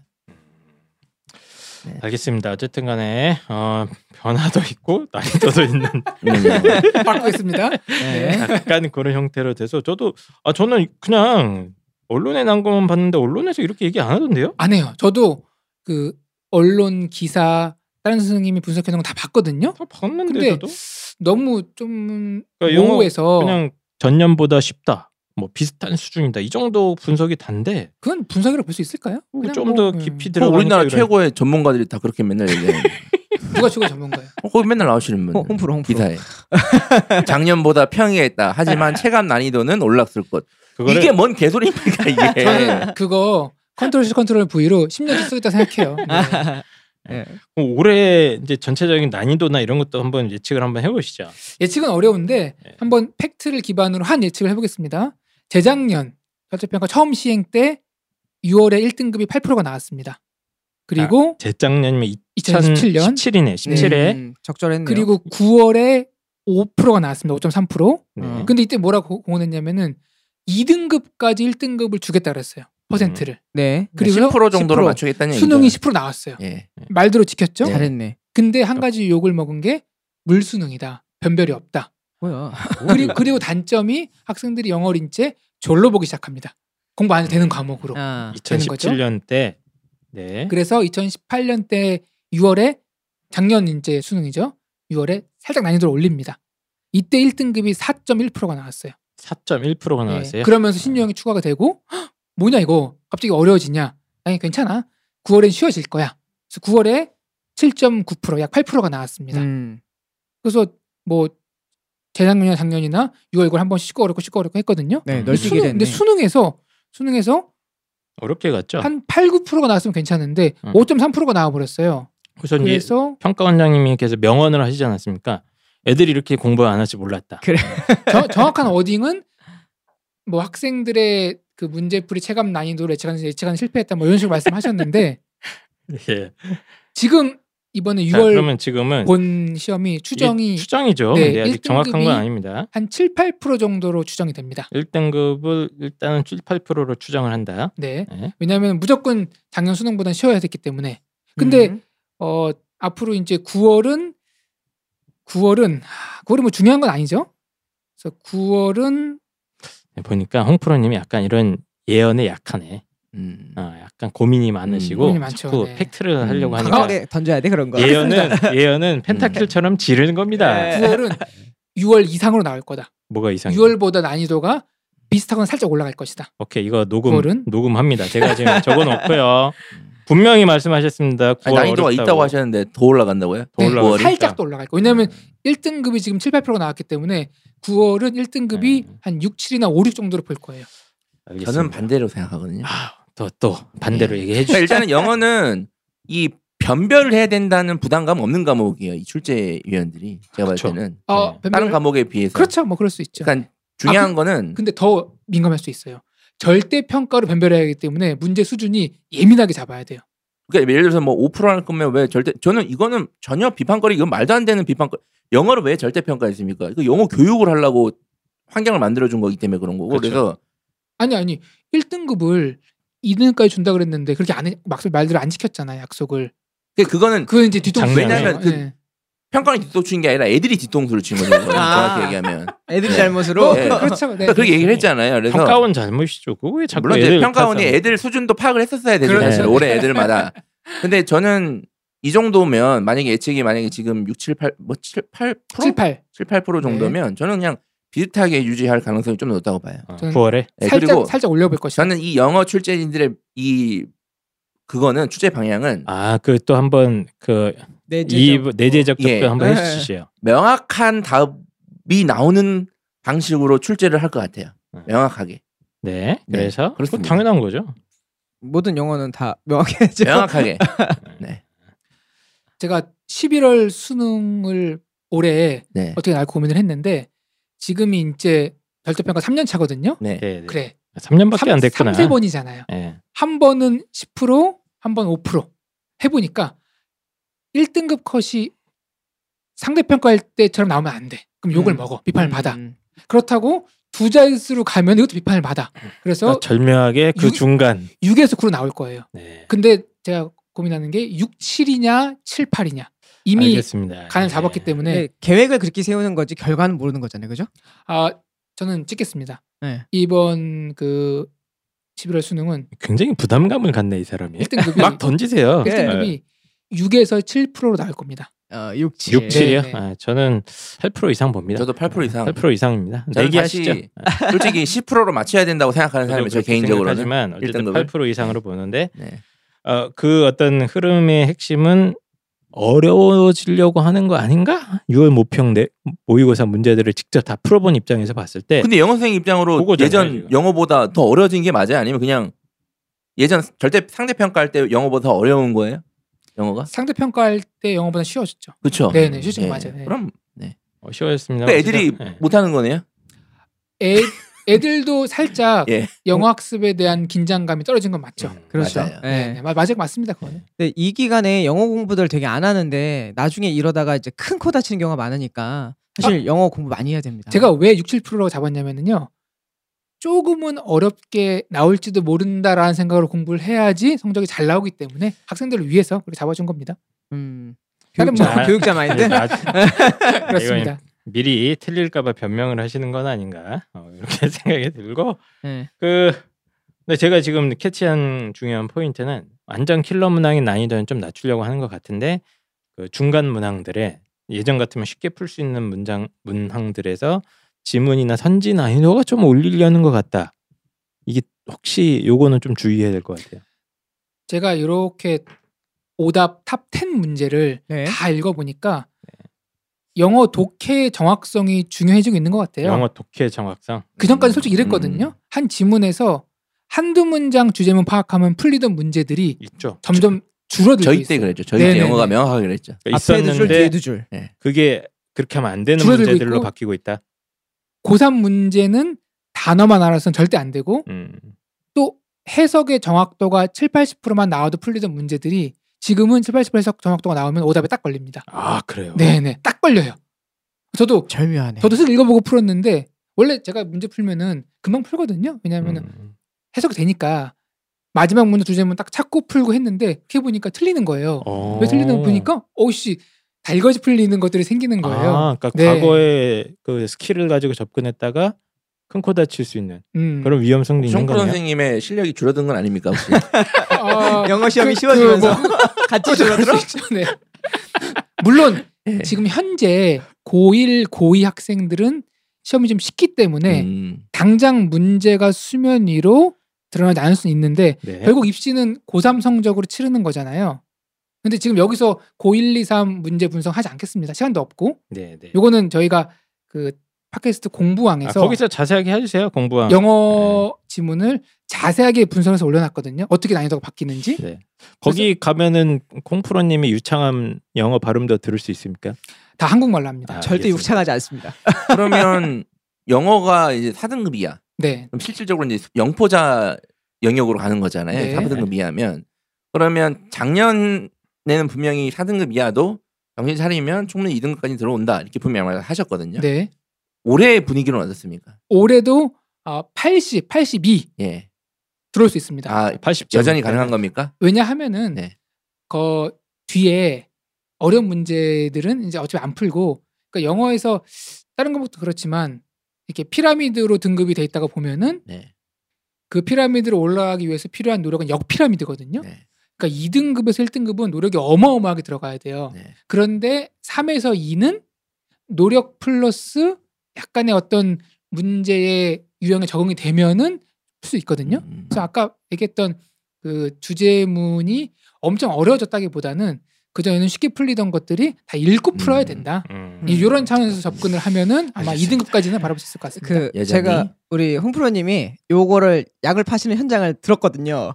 B: 알겠습니다. 어쨌든 간에 어, 변화도 있고 난이도도 있는
A: 음.
D: 바꾸겠습니다.
C: 네.
B: 약간 그런 형태로 돼서 저도 아 저는 그냥 언론에 난 것만 봤는데 언론에서 이렇게 얘기 안 하던데요?
D: 안 해요. 저도 그 언론 기사 다른 선생님이 분석해 놓은 거 다 봤거든요.
B: 다 봤는데
D: 근데
B: 저도
D: 너무 좀
B: 그러니까 영어
D: 모호해서
B: 그냥 전년보다 쉽다. 뭐 비슷한 수준이다. 이 정도 분석이 단데
D: 그건 분석이라고 볼 수 있을까요? 그냥
B: 어, 좀
D: 뭐,
B: 더
D: 음,
A: 뭐
B: 깊이 *laughs* 들어가니까
A: 우리나라
B: 이런-
A: 최고의 전문가들이 다 그렇게 맨날 얘기해요.
D: 누가 최고 전문가예요?
A: 어, 거기 맨날 나오시는 분.
C: 홈- 홈프로 홈프로.
A: 기사에 작년보다 평이했다.
B: *laughs*
A: 하지만 체감 난이도는 올랐을 것.
B: 그거를
A: 이게 뭔 개소리입니까 이게.
D: *laughs* 저는 그거 컨트롤 C 컨트롤 V로 10년째 쓰고 있다
A: *laughs*
D: 생각해요. 네.
C: 예.
A: 뭐-
B: 뭐 올해 이제 전체적인 난이도나 이런 것도 한번 예측을 한번 해보시죠.
D: 예측은 어려운데
B: 네.
D: 한번 팩트를 기반으로 한 예측을 해보겠습니다. 재작년 절제평가 처음 시행 때 6월에 1등급이 8%가 나왔습니다. 그리고
B: 재작년이면
D: 2017 년?
B: 아, 2017이네. 17에
C: 음, 적절했네요.
D: 그리고 9월에 5%가 나왔습니다. 5.3%.
B: 네.
C: 음.
D: 근데 이때 뭐라고 공언했냐면은 2등급까지 1등급을 주겠다 그랬어요. 퍼센트를.
A: 음.
C: 네.
D: 그리고
A: 10% 그러니까 정도로
D: 10%.
A: 맞추겠다는 얘기죠.
D: 수능이 10% 나왔어요.
A: 예.
D: 말대로 지켰죠?
C: 잘했네.
D: 근데 한 가지 욕을 먹은 게 물수능이다. 변별이 없다.
C: 뭐야?
A: 음.
D: 그리고, 그리고 단점이 학생들이 영어를 이제 졸로 보기 시작합니다. 공부 안 해도 되는 과목으로.
C: 아,
B: 2017년 때 네.
D: 그래서 2018년 때 6월에 작년 이제 수능이죠. 6월에 살짝 난이도를 올립니다. 이때 1등급이 4.1%가 나왔어요.
B: 4.1%가
D: 예,
B: 나왔어요. 아.
D: 그러면서 신유형이 추가가 되고 "헉, 뭐냐 이거 갑자기 어려워지냐? 아니 괜찮아. 9월엔 쉬워질 거야. 그래서 9월에 7.9%약 8%가 나왔습니다.
C: 음.
D: 그래서 뭐 재작년이나 작년이나 6월 이걸 한번 쉽고 어렵고 쉽고 어렵고 했거든요.
C: 네,
B: 음.
D: 근데
C: 널뛰게
D: 수능,
C: 됐네.
D: 근데 수능에서 수능에서
B: 어렵게 갔죠.
D: 한 8, 9%가 나왔으면 괜찮은데
B: 음.
D: 5.3%가 나와 버렸어요.
B: 우선 이제
D: 그래서
B: 평가 원장님이 계속 명언을 하시지 않았습니까? 애들이 이렇게 공부 안 할지 몰랐다.
D: 저- 정확한 어딩은 뭐 학생들의 그 문제풀이 체감 난이도를 예측하는 예측하는 실패했다 뭐 이런 식으로 말씀하셨는데
B: 예.
D: 지금 이번에
B: 자,
D: 6월
B: 그러면 지금은
D: 본 시험이 추정이
B: 이게 추정이죠.
D: 네,
B: 네, 아직 정확한
D: 1등급이
B: 건 아닙니다.
D: 한 7, 8% 정도로 추정이 됩니다.
B: 1등급을 일단은 7, 8%로 추정을 한다.
D: 네.
B: 예.
D: 왜냐하면 무조건 작년 수능보다 쉬워야 됐기 때문에. 근데
C: 음.
D: 어 앞으로 이제 9월은 9월은 9월이 뭐 중요한 건 아니죠. 그래서 9월은
B: 네, 보니까 홍프로님이 약간 이런 예언에 약하네.
A: 음.
B: 아, 약간 고민이 많으시고
D: 고민이 많죠.
B: 자꾸
D: 네.
B: 팩트를 하려고
A: 음.
B: 하니까
C: 과감하게 던져야 돼 그런 거.
B: 예언은 예언은
D: 음.
B: 펜타킬처럼 지르는 겁니다.
C: 네.
B: *laughs*
D: 9월은 6월 이상으로 나올 거다.
B: 뭐가 이상해?
D: 6월보다 난이도가 비슷하거나 살짝 올라갈 것이다.
B: 오케이 이거 녹음
D: 구월은?
B: 녹음합니다. 제가 지금 적어놓고요. 분명히 말씀하셨습니다. 9월
A: 아니, 난이도가
B: 어렵다고.
A: 있다고 하셨는데 더 올라간다고요? 뭐
B: 더 올라가니까.
A: 구월이?
D: 네, 살짝 더 올라갈 거. 왜냐하면 1등급이 지금 7, 8%가 나왔기 때문에 9월은 1등급이
A: 네.
B: 음.
D: 한 6, 7이나 5, 6 정도로 볼 거예요.
B: 알겠습니다.
A: 저는 반대로 생각하거든요.
D: 예.
A: *laughs*
B: 아, 또, 또 반대로 얘기해
A: 그러니까
B: 주시죠.
A: 일단은 영어는 이 변별을 해야 된다는 부담감 없는 과목이에요. 이 출제 위원들이 제가
B: 그쵸.
A: 봤을 때는
D: 어,
A: 네. 다른
D: 변별을-
A: 과목에 비해서.
D: 그렇죠. 아, 뭐 그럴 수 있죠.
A: 그러니까 중요한 거는
D: 근데 더 민감할 수 있어요. 절대 평가로 변별해야 하기 때문에 문제 수준이 예민하게 잡아야 돼요.
A: 그러니까 예를 들어서 뭐 5%할 거면 왜 절대 저는 이거는 전혀 비판거리 이건 말도 안 되는 비판거리 영어를 왜 절대 평가했습니까? 그 영어 교육을 하려고 환경을 만들어 준 거기 때문에 그런 거고
B: 그쵸.
A: 그래서
D: 아니 아니 1등급을 2등급까지 준다 그랬는데 그렇게 안 해- 막상 말대로 안 지켰잖아요 약속을.
A: 그거는
D: 그건 이제 뒤통수 네.
B: 작년에.
D: 왜냐면
A: 그- 평가를 뒤통수 친게 아니라 애들이 뒤통수를 친 거죠. 이거는
C: 아.
A: 정확히 얘기하면
C: 애들이
A: 네.
C: 잘못으로
A: 네.
D: 그렇죠. 네.
A: 그러니까 그렇게 얘기를 했잖아요. 그래서
B: 평가원 잘못이죠. 그거 왜 자꾸
A: 물론 이제
B: 애들
A: 평가원이
B: 탓하는-
A: 애들 수준도 파악을 했었어야 되죠
D: 그렇죠.
A: 사실 올해 애들마다. 근데 저는 이 정도면 만약에 예측이 만약에 지금 6, 7, 8, 뭐 7, 8
D: 7, 8.
A: 7, 8%
D: 네.
A: 정도면 저는 그냥 비슷하게 유지할 가능성이 좀 높다고 봐요.
B: 어,
D: 저는-
B: 9월에
A: 예,
D: 살짝
A: 그리고
D: 살짝 올려볼 것이다.
A: 저는 이 영어 출제진들의 이 그거는 출제 방향은
B: 아그 또 한번 그이 내재적
A: 예.
B: 접근 한번
C: 네.
B: 해주시죠.
A: 명확한 답이 나오는 방식으로 출제를 할 것 같아요.
B: 네. *laughs*
A: 명확하게.
B: 네.
A: 네,
B: 그래서 그거
A: 그렇습니다.
B: 당연한
A: *laughs*
B: 거죠.
C: 모든 영어는 다 명확해져. *laughs*
A: 명확하게. 네.
D: 제가 11월 수능을 올해
B: *laughs*
A: 네.
D: 어떻게 날 고민을 했는데 지금이 이제 절대평가 3년 차거든요.
A: 네.
B: 네, 네.
D: 그래.
B: 3년밖에 안 됐구나.
D: 3세 번이잖아요.
B: 예.
D: 한 번은 10%, 한 번 5%해 보니까 1등급 컷이 상대평가할 때처럼 나오면 안 돼. 그럼 욕을
C: 음.
D: 먹어. 비판을 받아. 그렇다고 두 자릿수로 가면 이것도 비판을 받아. 그래서
B: 그러니까 절묘하게 그
D: 유-
B: 중간.
D: 6에서 9로 나올 거예요.
B: 네.
D: 근데 제가 고민하는 게 6, 7이냐 7, 8이냐. 이미
B: 알겠습니다.
D: 간을
B: 예.
D: 잡았기 때문에
C: 네. 계획을 그렇게 세우는 거지 결과는 모르는 거잖아요, 그죠?
D: 아 저는 찍겠습니다.
C: 네.
D: 이번 그 11월 수능은
B: 굉장히 부담감을 갖네 이 사람이.
D: 1등급이
B: 예. *laughs* 막
D: *laughs*
B: 네. 던지세요.
C: 예.
D: 그렇죠. 1등급이 6에서 7%로 나올 겁니다.
B: 네.
C: 어, 6, 7.
B: 6, 7이요?
D: 네, 네.
B: 아, 저는 8% 이상 봅니다.
A: 저도 8% 이상.
B: 8% 이상입니다.
A: 저는
B: 내기하시죠. 네.
A: 다시 솔직히 10%로 맞춰야 된다고 생각하는 사람이 저 개인적으로는.
B: 하지만 어쨌든
A: 1등급을.
B: 8% 이상으로 보는데
A: 네.
B: 어, 그 어떤 흐름의 핵심은 어려워지려고 하는 거 아닌가? 6월 모평 내 모의고사 문제들을 직접 다 풀어본 입장에서 봤을 때
A: 근데 영어 선생님 입장으로
B: 예. 그거잖아요,
A: 예전
B: 지금.
A: 영어보다 더 어려워진 게 맞아요? 아니면 그냥 예전 절대 상대 평가할 때 영어보다 더 어려운 거예요? 영어가?
D: 상대 평가할 때 영어보다 쉬워졌죠.
A: 그렇죠.
D: 네네, 실제로 맞아요. 네.
A: 그럼 네.
B: 어, 쉬워졌습니다.
A: 그러니까 애들이
B: 네.
A: 못 하는 거네요.
D: 애, 애들도 살짝
A: 예.
D: 영어 학습에 대한 긴장감이 떨어진 건 맞죠.
B: 음,
C: 그렇죠.
A: 맞아요.
D: 네,
C: 네.
D: 네, 맞- 맞- 맞습니다 그거는.
C: 근데 이 기간에 영어 공부들 되게 안 하는데 나중에 이러다가 이제 큰 코 다치는 경우가 많으니까 사실 영어 공부 많이 해야 됩니다.
D: 제가 왜 6, 7%라고 잡았냐면요. 조금은 어렵게 나올지도 모른다라는 생각으로 공부를 해야지 성적이 잘 나오기 때문에 학생들을 위해서 그렇게 잡아준 겁니다.
C: 음,
D: 다른 뭐,
C: 교육자,
B: 뭐-
C: 교육자 마인드.
B: 네, 나-
D: *laughs* 그렇습니다.
B: 미리 틀릴까봐 변명을 하시는 건 아닌가 어, 이렇게 *laughs* 생각이 들고
C: 네.
B: 그 근데 제가 지금 캐치한 중요한 포인트는 완전 킬러 문항인 난이도는 좀 낮추려고 하는 것 같은데 그 중간 문항들의 예전 같으면 쉽게 풀 수 있는 문장 문항들에서 지문이나 선지 난이도가 좀 올리려는 것 같다. 이게 혹시 요거는 좀 주의해야 될 것 같아요.
D: 제가 이렇게 오답 탑 10 문제를
C: 네.
D: 다 읽어보니까
A: 네.
D: 영어 독해 정확성이 중요해지고 있는 것 같아요.
B: 영어 독해 정확성.
D: 그 전까지 솔직히 이랬거든요.
A: 음.
D: 한 지문에서 한두 문장 주제문 파악하면 풀리던 문제들이
B: 있죠.
D: 점점 줄어들고
A: 저희 때
D: 있어요.
A: 그랬죠. 저희 때
D: 네네네.
A: 영어가 명확하게 그랬죠.
B: 그러니까
C: 앞에도 줄,
B: 있었는데
C: 뒤에도 줄.
B: 그게 그렇게 하면 안 되는
D: 줄어들고
B: 문제들로
D: 있고.
B: 바뀌고 있다.
D: 고3 문제는 단어만 알아서는 절대 안 되고
B: 음.
D: 또 해석의 정확도가 7, 80%만 나와도 풀리던 문제들이 지금은 7, 80% 해석 정확도가 나오면 오답에 딱
A: 어.
D: 걸립니다.
B: 아 그래요.
D: 네네, 딱 걸려요. 저도
C: 절묘하네.
D: 저도 쓱 읽어보고 풀었는데 원래 제가 문제 풀면은 금방 풀거든요. 왜냐하면 은
B: 음.
D: 해석이 되니까 마지막 문제 주제문 딱 찾고 풀고 했는데 그렇게 보니까 틀리는 거예요.
B: 어.
D: 왜 틀리는 거 보니까 어우씨 다 읽어지 풀리는 것들이 생기는 거예요.
B: 아, 그러니까
D: 네.
B: 과거에 그 스킬을 가지고 접근했다가 큰 코 다칠 수 있는
D: 음.
B: 그런 위험성도 있는
A: 송프
B: 거네요.
A: 선생님의 실력이 줄어든 건 아닙니까? 혹시?
D: 아,
C: *laughs* 영어 시험이
D: 그-
C: 쉬워지면서 *laughs* 같이
D: 그것도 그럴
C: 줄어들어?
D: 수 있죠. 네. 물론
A: 예.
D: 지금 현재 고1, 고2 학생들은 시험이 좀 쉽기 때문에
A: 음.
D: 당장 문제가 수면 위로 드러나지 않을 수는 있는데
B: 네.
D: 결국 입시는 고3 성적으로 치르는 거잖아요. 근데 지금 여기서 고1, 2, 3 문제 분석하지 않겠습니다. 시간도 없고
B: 네, 네.
D: 요거는 저희가 그 팟캐스트 공부왕에서
B: 아, 거기서 아, 네. 자세하게 해주세요 공부왕.
D: 영어 지문을 자세하게 분석해서 올려놨거든요. 어떻게 난이도가 바뀌는지.
B: 네. 거기 가면은 콩프로님이 유창함 영어 발음도 들을 수 있습니까?
D: 다 한국말로 합니다.
B: 아,
C: 절대
B: 알겠습니다.
C: 육창하지 않습니다.
A: 그러면 영어가 이제 4등급이야.
D: 네.
A: 그럼 실질적으로 이제 영포자 영역으로 가는
D: 네.
A: 거잖아요. 4등급 이하면. 그러면 작년에는 분명히 4등급 이하도 정신 차리면 충분히 2등급까지 들어온다. 이렇게 분명히 말하셨거든요.
D: 네.
A: 올해의 분위기는 어떻습니까?
D: 올해도 아, 80, 82
A: 예.
D: 들어올 수 있습니다.
A: 아,
B: 80점
A: 여전히
D: 네.
A: 가능한 겁니까?
D: 왜냐하면은
A: 네.
D: 그 뒤에 어려운 문제들은 이제 어차피 안 풀고 그러니까 영어에서 다른 것부터 그렇지만 이렇게 피라미드로 등급이 돼 있다가 보면은
A: 네.
D: 그 피라미드로 올라가기 위해서 필요한 노력은 역피라미드거든요.
A: 네.
D: 그러니까 2등급에서 1등급은 노력이 어마어마하게 들어가야 돼요.
A: 네.
D: 그런데 3에서 2는 노력 플러스 약간의 어떤 문제의 유형에 적응이 되면은 풀 수 있거든요.
A: 음.
D: 그래서 아까 얘기했던 그 주제문이 엄청 어려워졌다기보다는 그전에는 쉽게 풀리던 것들이 다 읽고 풀어야
A: 음.
D: 된다.
B: 음.
D: 이 이런 차원에서 접근을 하면은 아마
A: 알겠습니다.
D: 2등급까지는 바라볼 수 있을 것 같습니다.
C: 그
A: 여전히?
C: 제가 우리 홍프로님이 요거를 약을 파시는 현장을 들었거든요.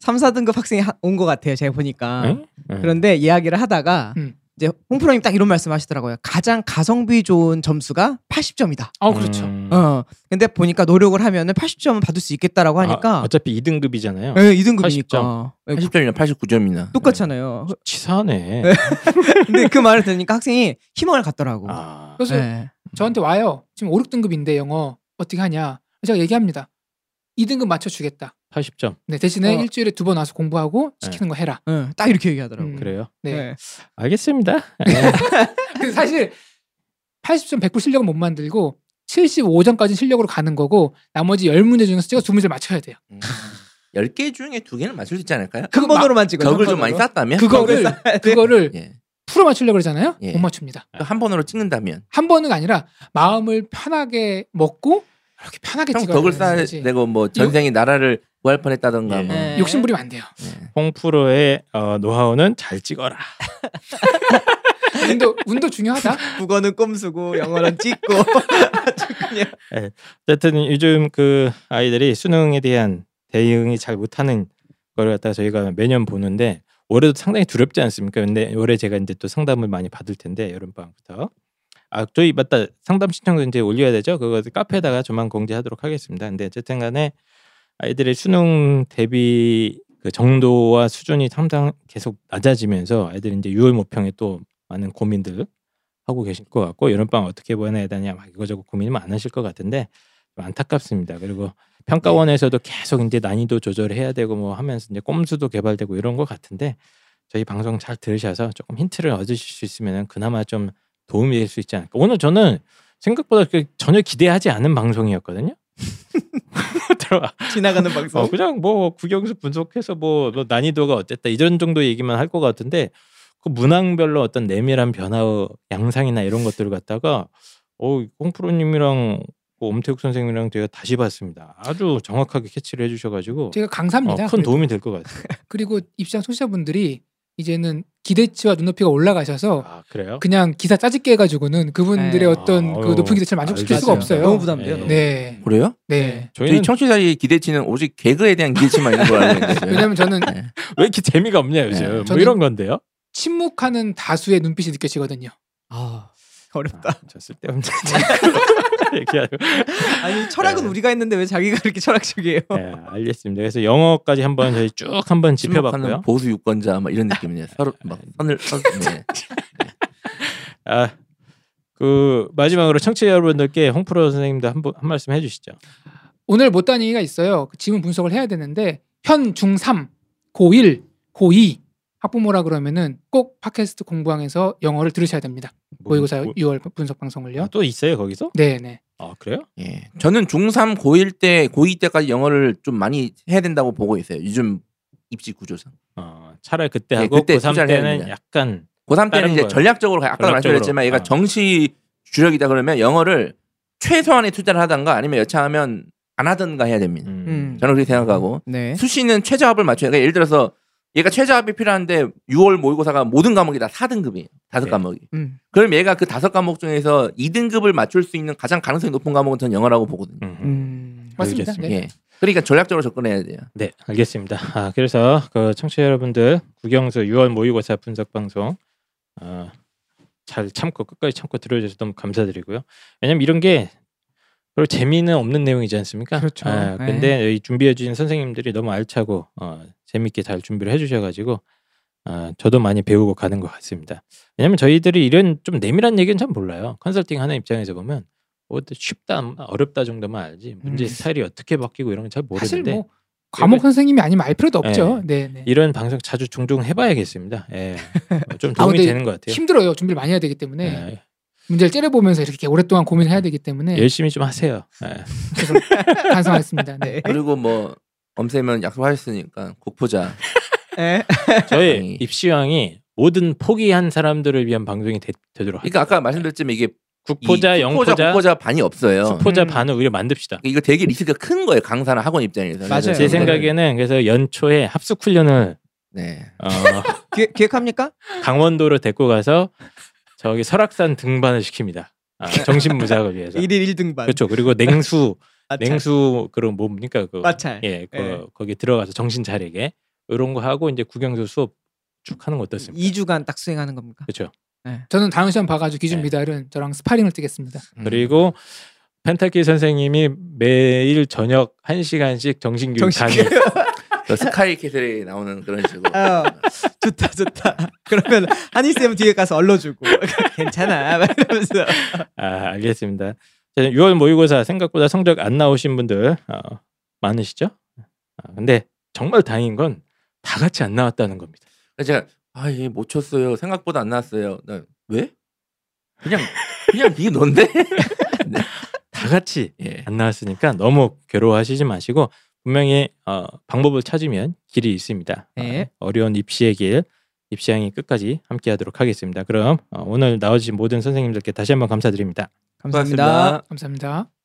C: 3, 4등급 학생이 온 것 같아요. 제가 보니까.
B: 응? 응.
C: 그런데 이야기를 하다가
D: 음.
C: 이제 홍프로님 딱 이런 말씀하시더라고요. 가장 가성비 좋은 점수가 80점이다.
D: 아 그렇죠.
B: 음.
C: 어. 근데 보니까 노력을 하면은 80점은 받을 수 있겠다라고
B: 아,
C: 하니까
B: 어차피 2등급이잖아요.
D: 네.
C: 예, 2등급이니까 예, 그
A: 80점이나 89점이나. 네.
C: 똑같잖아요.
B: 치사하네.
C: 근데 그 말을 들으니까 학생이 희망을 갖더라고.
B: 아.
D: 그래서
A: 네.
C: 예.
D: 저한테 와요. 지금 5, 6등급인데 영어 어떻게 하냐? 제가 얘기합니다. 2등급 맞춰주겠다.
B: 80점
D: 네, 대신에
C: 어.
D: 일주일에 두 번 와서 공부하고
A: 네.
D: 시키는 거 해라.
C: 예, 딱 이렇게 얘기하더라고.
D: 음.
B: 그래요.
D: 네.
C: 예.
B: 알겠습니다.
D: 근데 사실 80점 100% 실력은 못 만들고 75점까지 실력으로 가는 거고 나머지 10문제 중에서 제가 두 문제를 맞춰야 돼요.
A: *laughs* 음. 10개 중에 2개는 맞출 수 있지 않을까요?
C: 한 번으로만 찍어.
A: 격을 좀 많이 쌓았다면?
D: 그거를 그거를
A: 예.
D: 풀어 맞추려고 그러잖아요.
A: 예.
D: 못 맞춥니다.
A: 한 번으로 찍는다면?
D: 한 번은 아니라 마음을 편하게 먹고 이렇게 편하게
A: 형
D: 찍어야
A: 덕을
D: 되는 거지. 네.
A: 쌓아내고 뭐 전생에 나라를 구할 뻔했다던가
B: 예.
A: 뭐.
C: 예.
D: 욕심부리면 안 돼요.
A: 예.
B: 홍프로의 어, 노하우는 잘 찍어라.
D: 운도 운도 중요하다.
C: 국어는 꼼수고 영어는 찍고 *laughs* 아주 그냥
B: 어쨌든 요즘 그 아이들이 수능에 대한 대응이 잘 못하는 거를 갖다가 저희가 매년 보는데 올해도 상당히 두렵지 않습니까? 근데 올해 제가 이제 또 상담을 많이 받을 텐데 여름방부터 아 저희 맞다 상담 신청도 이제 올려야 되죠. 그거 카페에다가 저만 공지하도록 하겠습니다. 근데 어쨌든 간에 아이들의 수능 대비 그 정도와 수준이 상당 계속 낮아지면서 아이들이 이제 6월 모평에 또 많은 고민들 하고 계실 것 같고 여름방 어떻게 보내야 되냐 막 이거저거 고민 많으실 것 같은데 좀 안타깝습니다. 그리고 평가원에서도 계속 이제 난이도 조절을 해야 되고 뭐 하면서 이제 꼼수도 개발되고 이런 것 같은데 저희 방송 잘 들으셔서 조금 힌트를 얻으실 수 있으면 그나마 좀 도움이 될 수 있지 않을까. 오늘 저는 생각보다 그 전혀 기대하지 않은 방송이었거든요. *laughs* 들어와.
C: 지나가는 방송.
B: 어, 그냥 뭐 국영수 분석해서 뭐, 뭐 난이도가 어땠다 이런 정도 얘기만 할 것 같은데 그 문항별로 어떤 내밀한 변화 양상이나 이런 것들을 갖다가 어 홍프로님이랑 그 엄태욱 선생님이랑 제가 다시 봤습니다. 아주 정확하게 캐치를 해주셔가지고
D: 제가
B: 어,
D: 강사입니다.
B: 큰 도움이 될 것 같아요.
D: 그리고 입시장 청취자분들이 이제는 기대치와 눈높이가 올라가셔서
B: 아 그래요?
D: 그냥 기사 짜집게 해가지고는 그분들의
C: 네.
D: 어떤
B: 아,
D: 그
B: 아유.
D: 높은 기대치를 만족시킬 수가
C: 알겠습니다.
D: 없어요.
C: 너무 부담돼요,
B: 예.
C: 너무.
D: 네,
A: 그래요?
D: 네.
A: 저희
B: 저희는
A: 청취자의 기대치는 오직 개그에 대한 기대치만 있는 걸 알고 있는데.
D: 왜냐하면 저는
B: 왜 이렇게 재미가 없냐 요즘
A: 네.
B: 뭐
D: 저는-
B: 이런 건데요?
D: 침묵하는 다수의 눈빛이 느껴지거든요.
C: 아 어렵다.
B: 아, 저 쓸데없는 *laughs* 얘기하고
C: 아니 철학은
B: 네.
C: 우리가 했는데 왜 자기가 이렇게 철학적이에요?
B: 예, 알겠습니다. 그래서 영어까지 한번 저희 쭉 한번 짚어봤고요.
A: 침묵하는 보수 유권자 막 이런 느낌이네요. 서로 막 선을 선. 네.
B: 아, 그 마지막으로 청취자 여러분들께 홍프로 선생님도 한, 분- 한 말씀 해주시죠.
D: 오늘 못한 얘기가 있어요. 그 지문 분석을 해야 되는데 현 중3, 고1, 고2 학부모라 그러면은 꼭 팟캐스트 공부왕에서 영어를 들으셔야 됩니다. 모의고사
B: 뭐-
D: 6월 분석 방송을요.
B: 아, 또 있어요 거기서?
D: 네, 네.
B: 아 그래요?
A: 예. 저는 중3 고1 때 고2 때까지 영어를 좀 많이 해야 된다고 보고 있어요. 요즘 입시 구조상.
B: 어, 차라리 그때
A: 네,
B: 하고
A: 그때
B: 고3
A: 투자를 해야
B: 때는
A: 됩니다.
B: 약간
A: 고3 때는
B: 다른
A: 이제
B: 거예요.
A: 전략적으로 가요. 아까도
B: 전략적으로.
A: 말씀드렸지만 얘가
B: 아.
A: 정시 주력이다 그러면 영어를 최소한의 투자를 하던가 아니면 여차하면 안 하던가 해야 됩니다.
B: 음,
C: 음.
A: 저는 그렇게 생각하고
C: 네.
A: 수시는 최저합을 맞춰요. 그러니까 예를 들어서 얘가 최저합이 필요한데 6월 모의고사가 모든 과목이 다 4등급이에요. 다섯
B: 네.
A: 과목이.
C: 음.
A: 그럼 얘가 그 다섯 과목 중에서 2등급을 맞출 수 있는 가장 가능성이 높은 과목은 전 영어라고 보거든요.
B: 음.
C: 음.
D: 맞습니다.
B: 알겠습니다.
D: 네.
A: 예. 그러니까 전략적으로 접근해야 돼요.
B: 네, 알겠습니다. 아, 그래서 그 청취자 여러분들 국영수 6월 모의고사 분석 방송 아, 잘 참고 끝까지 참고 들어주셔서 너무 감사드리고요. 왜냐면 이런 게 별로 재미는 없는 내용이지 않습니까?
C: 그렇죠.
B: 아,
C: 네.
B: 근데 이 준비해 주신 선생님들이 너무 알차고 어, 재밌게 잘 준비를 해주셔가지고 아, 저도 많이 배우고 가는 것 같습니다. 왜냐면 저희들이 이런 좀 내밀한 얘기는 참 몰라요. 컨설팅 하는 입장에서 보면 어, 쉽다, 어렵다 정도만 알지 문제
C: 음.
B: 스타일이 어떻게 바뀌고 이런 건 잘 모르는데 네,
D: 사실 뭐 과목 선생님이 아니면 알 필요도 없죠. 네, 네.
B: 이런 방송 자주 종종 해봐야겠습니다. 예. 어, 좀
D: 아,
B: 도움이
D: 근데
B: 되는 것 같아요.
D: 힘들어요. 네. 준비를 많이 해야 되기 때문에
B: 예.
D: 문제를 째려보면서 이렇게 오랫동안 고민을 해야 되기 때문에
B: 열심히 좀 하세요. 예.
D: 반성하겠습니다. 네.
C: 네.
A: 그리고 뭐 엄쌤은 약속하셨으니까 국포자.
C: 예.
B: 저희
A: 아니.
B: 입시왕이 모든 포기한 사람들을 위한 방송이 되, 도록
A: 그러니까 아까 말씀드렸지만 이게 이
B: 국포자, 영포자,
A: 국포자, 국포자 반이 없어요. 예,
B: 수포자
D: 음.
B: 반을 오히려 만듭시다.
A: 이거 되게 리스크가 큰 거예요. 강사나 학원 입장에서.
C: 맞아요.
B: 제
C: 네.
B: 생각에는 그래서 연초에 합숙 훈련을
A: 네.
B: 어,
C: 기획, 기획합니까?
B: 강원도로 데리고 가서 저기 설악산 등반을 시킵니다. 아, 정신 무장을 위해서.
C: *laughs* 1일 1등반.
B: 그렇죠. 그리고 냉수,
C: 마찰.
B: 냉수 그런 뭡니까 그
C: 아, 마찰.
B: 예, 그,
C: 예.
B: 거기 들어가서 정신 차리게 이런 거 하고 이제 국영수 수업 쭉 하는 거 어떻습니까?
C: 2주간 딱 수행하는 겁니까?
B: 그렇죠.
D: 저는 다음 시험 봐가지고 기준
B: 네.
D: 미달은 저랑 스파링을 뜨겠습니다.
A: 음.
B: 그리고 펜타키 선생님이 매일 저녁 1 시간씩 정신교육
C: 정신
B: 강의.
A: 그 스카이 캐슬에 나오는 그런 식으로.
C: *laughs* 어, 좋다 좋다. 그러면 한희 쌤 뒤에 가서 얼러주고 *laughs* 괜찮아. 막 이러면서.
B: 아, 알겠습니다. 자, 6월 모의고사 생각보다 성적 안 나오신 분들 어, 많으시죠? 아, 근데 정말 다행인 건 다 같이 안 나왔다는 겁니다.
A: 그래서 제가 아, 얘 못 쳤어요. 생각보다 안 나왔어요. 나, 왜? 그냥 그냥 이게 넌데?
B: 다 같이
A: 예.
B: 안 나왔으니까 너무 괴로워하시지 마시고 분명히 어, 방법을 찾으면 길이 있습니다.
C: 네.
B: 어, 려운 입시의 길, 입시양이 끝까지 함께하도록 하겠습니다. 그럼 어, 오늘 나와주신 모든 선생님들께 다시 한번 감사드립니다.
C: 감사합니다.
A: 고맙습니다.
D: 감사합니다.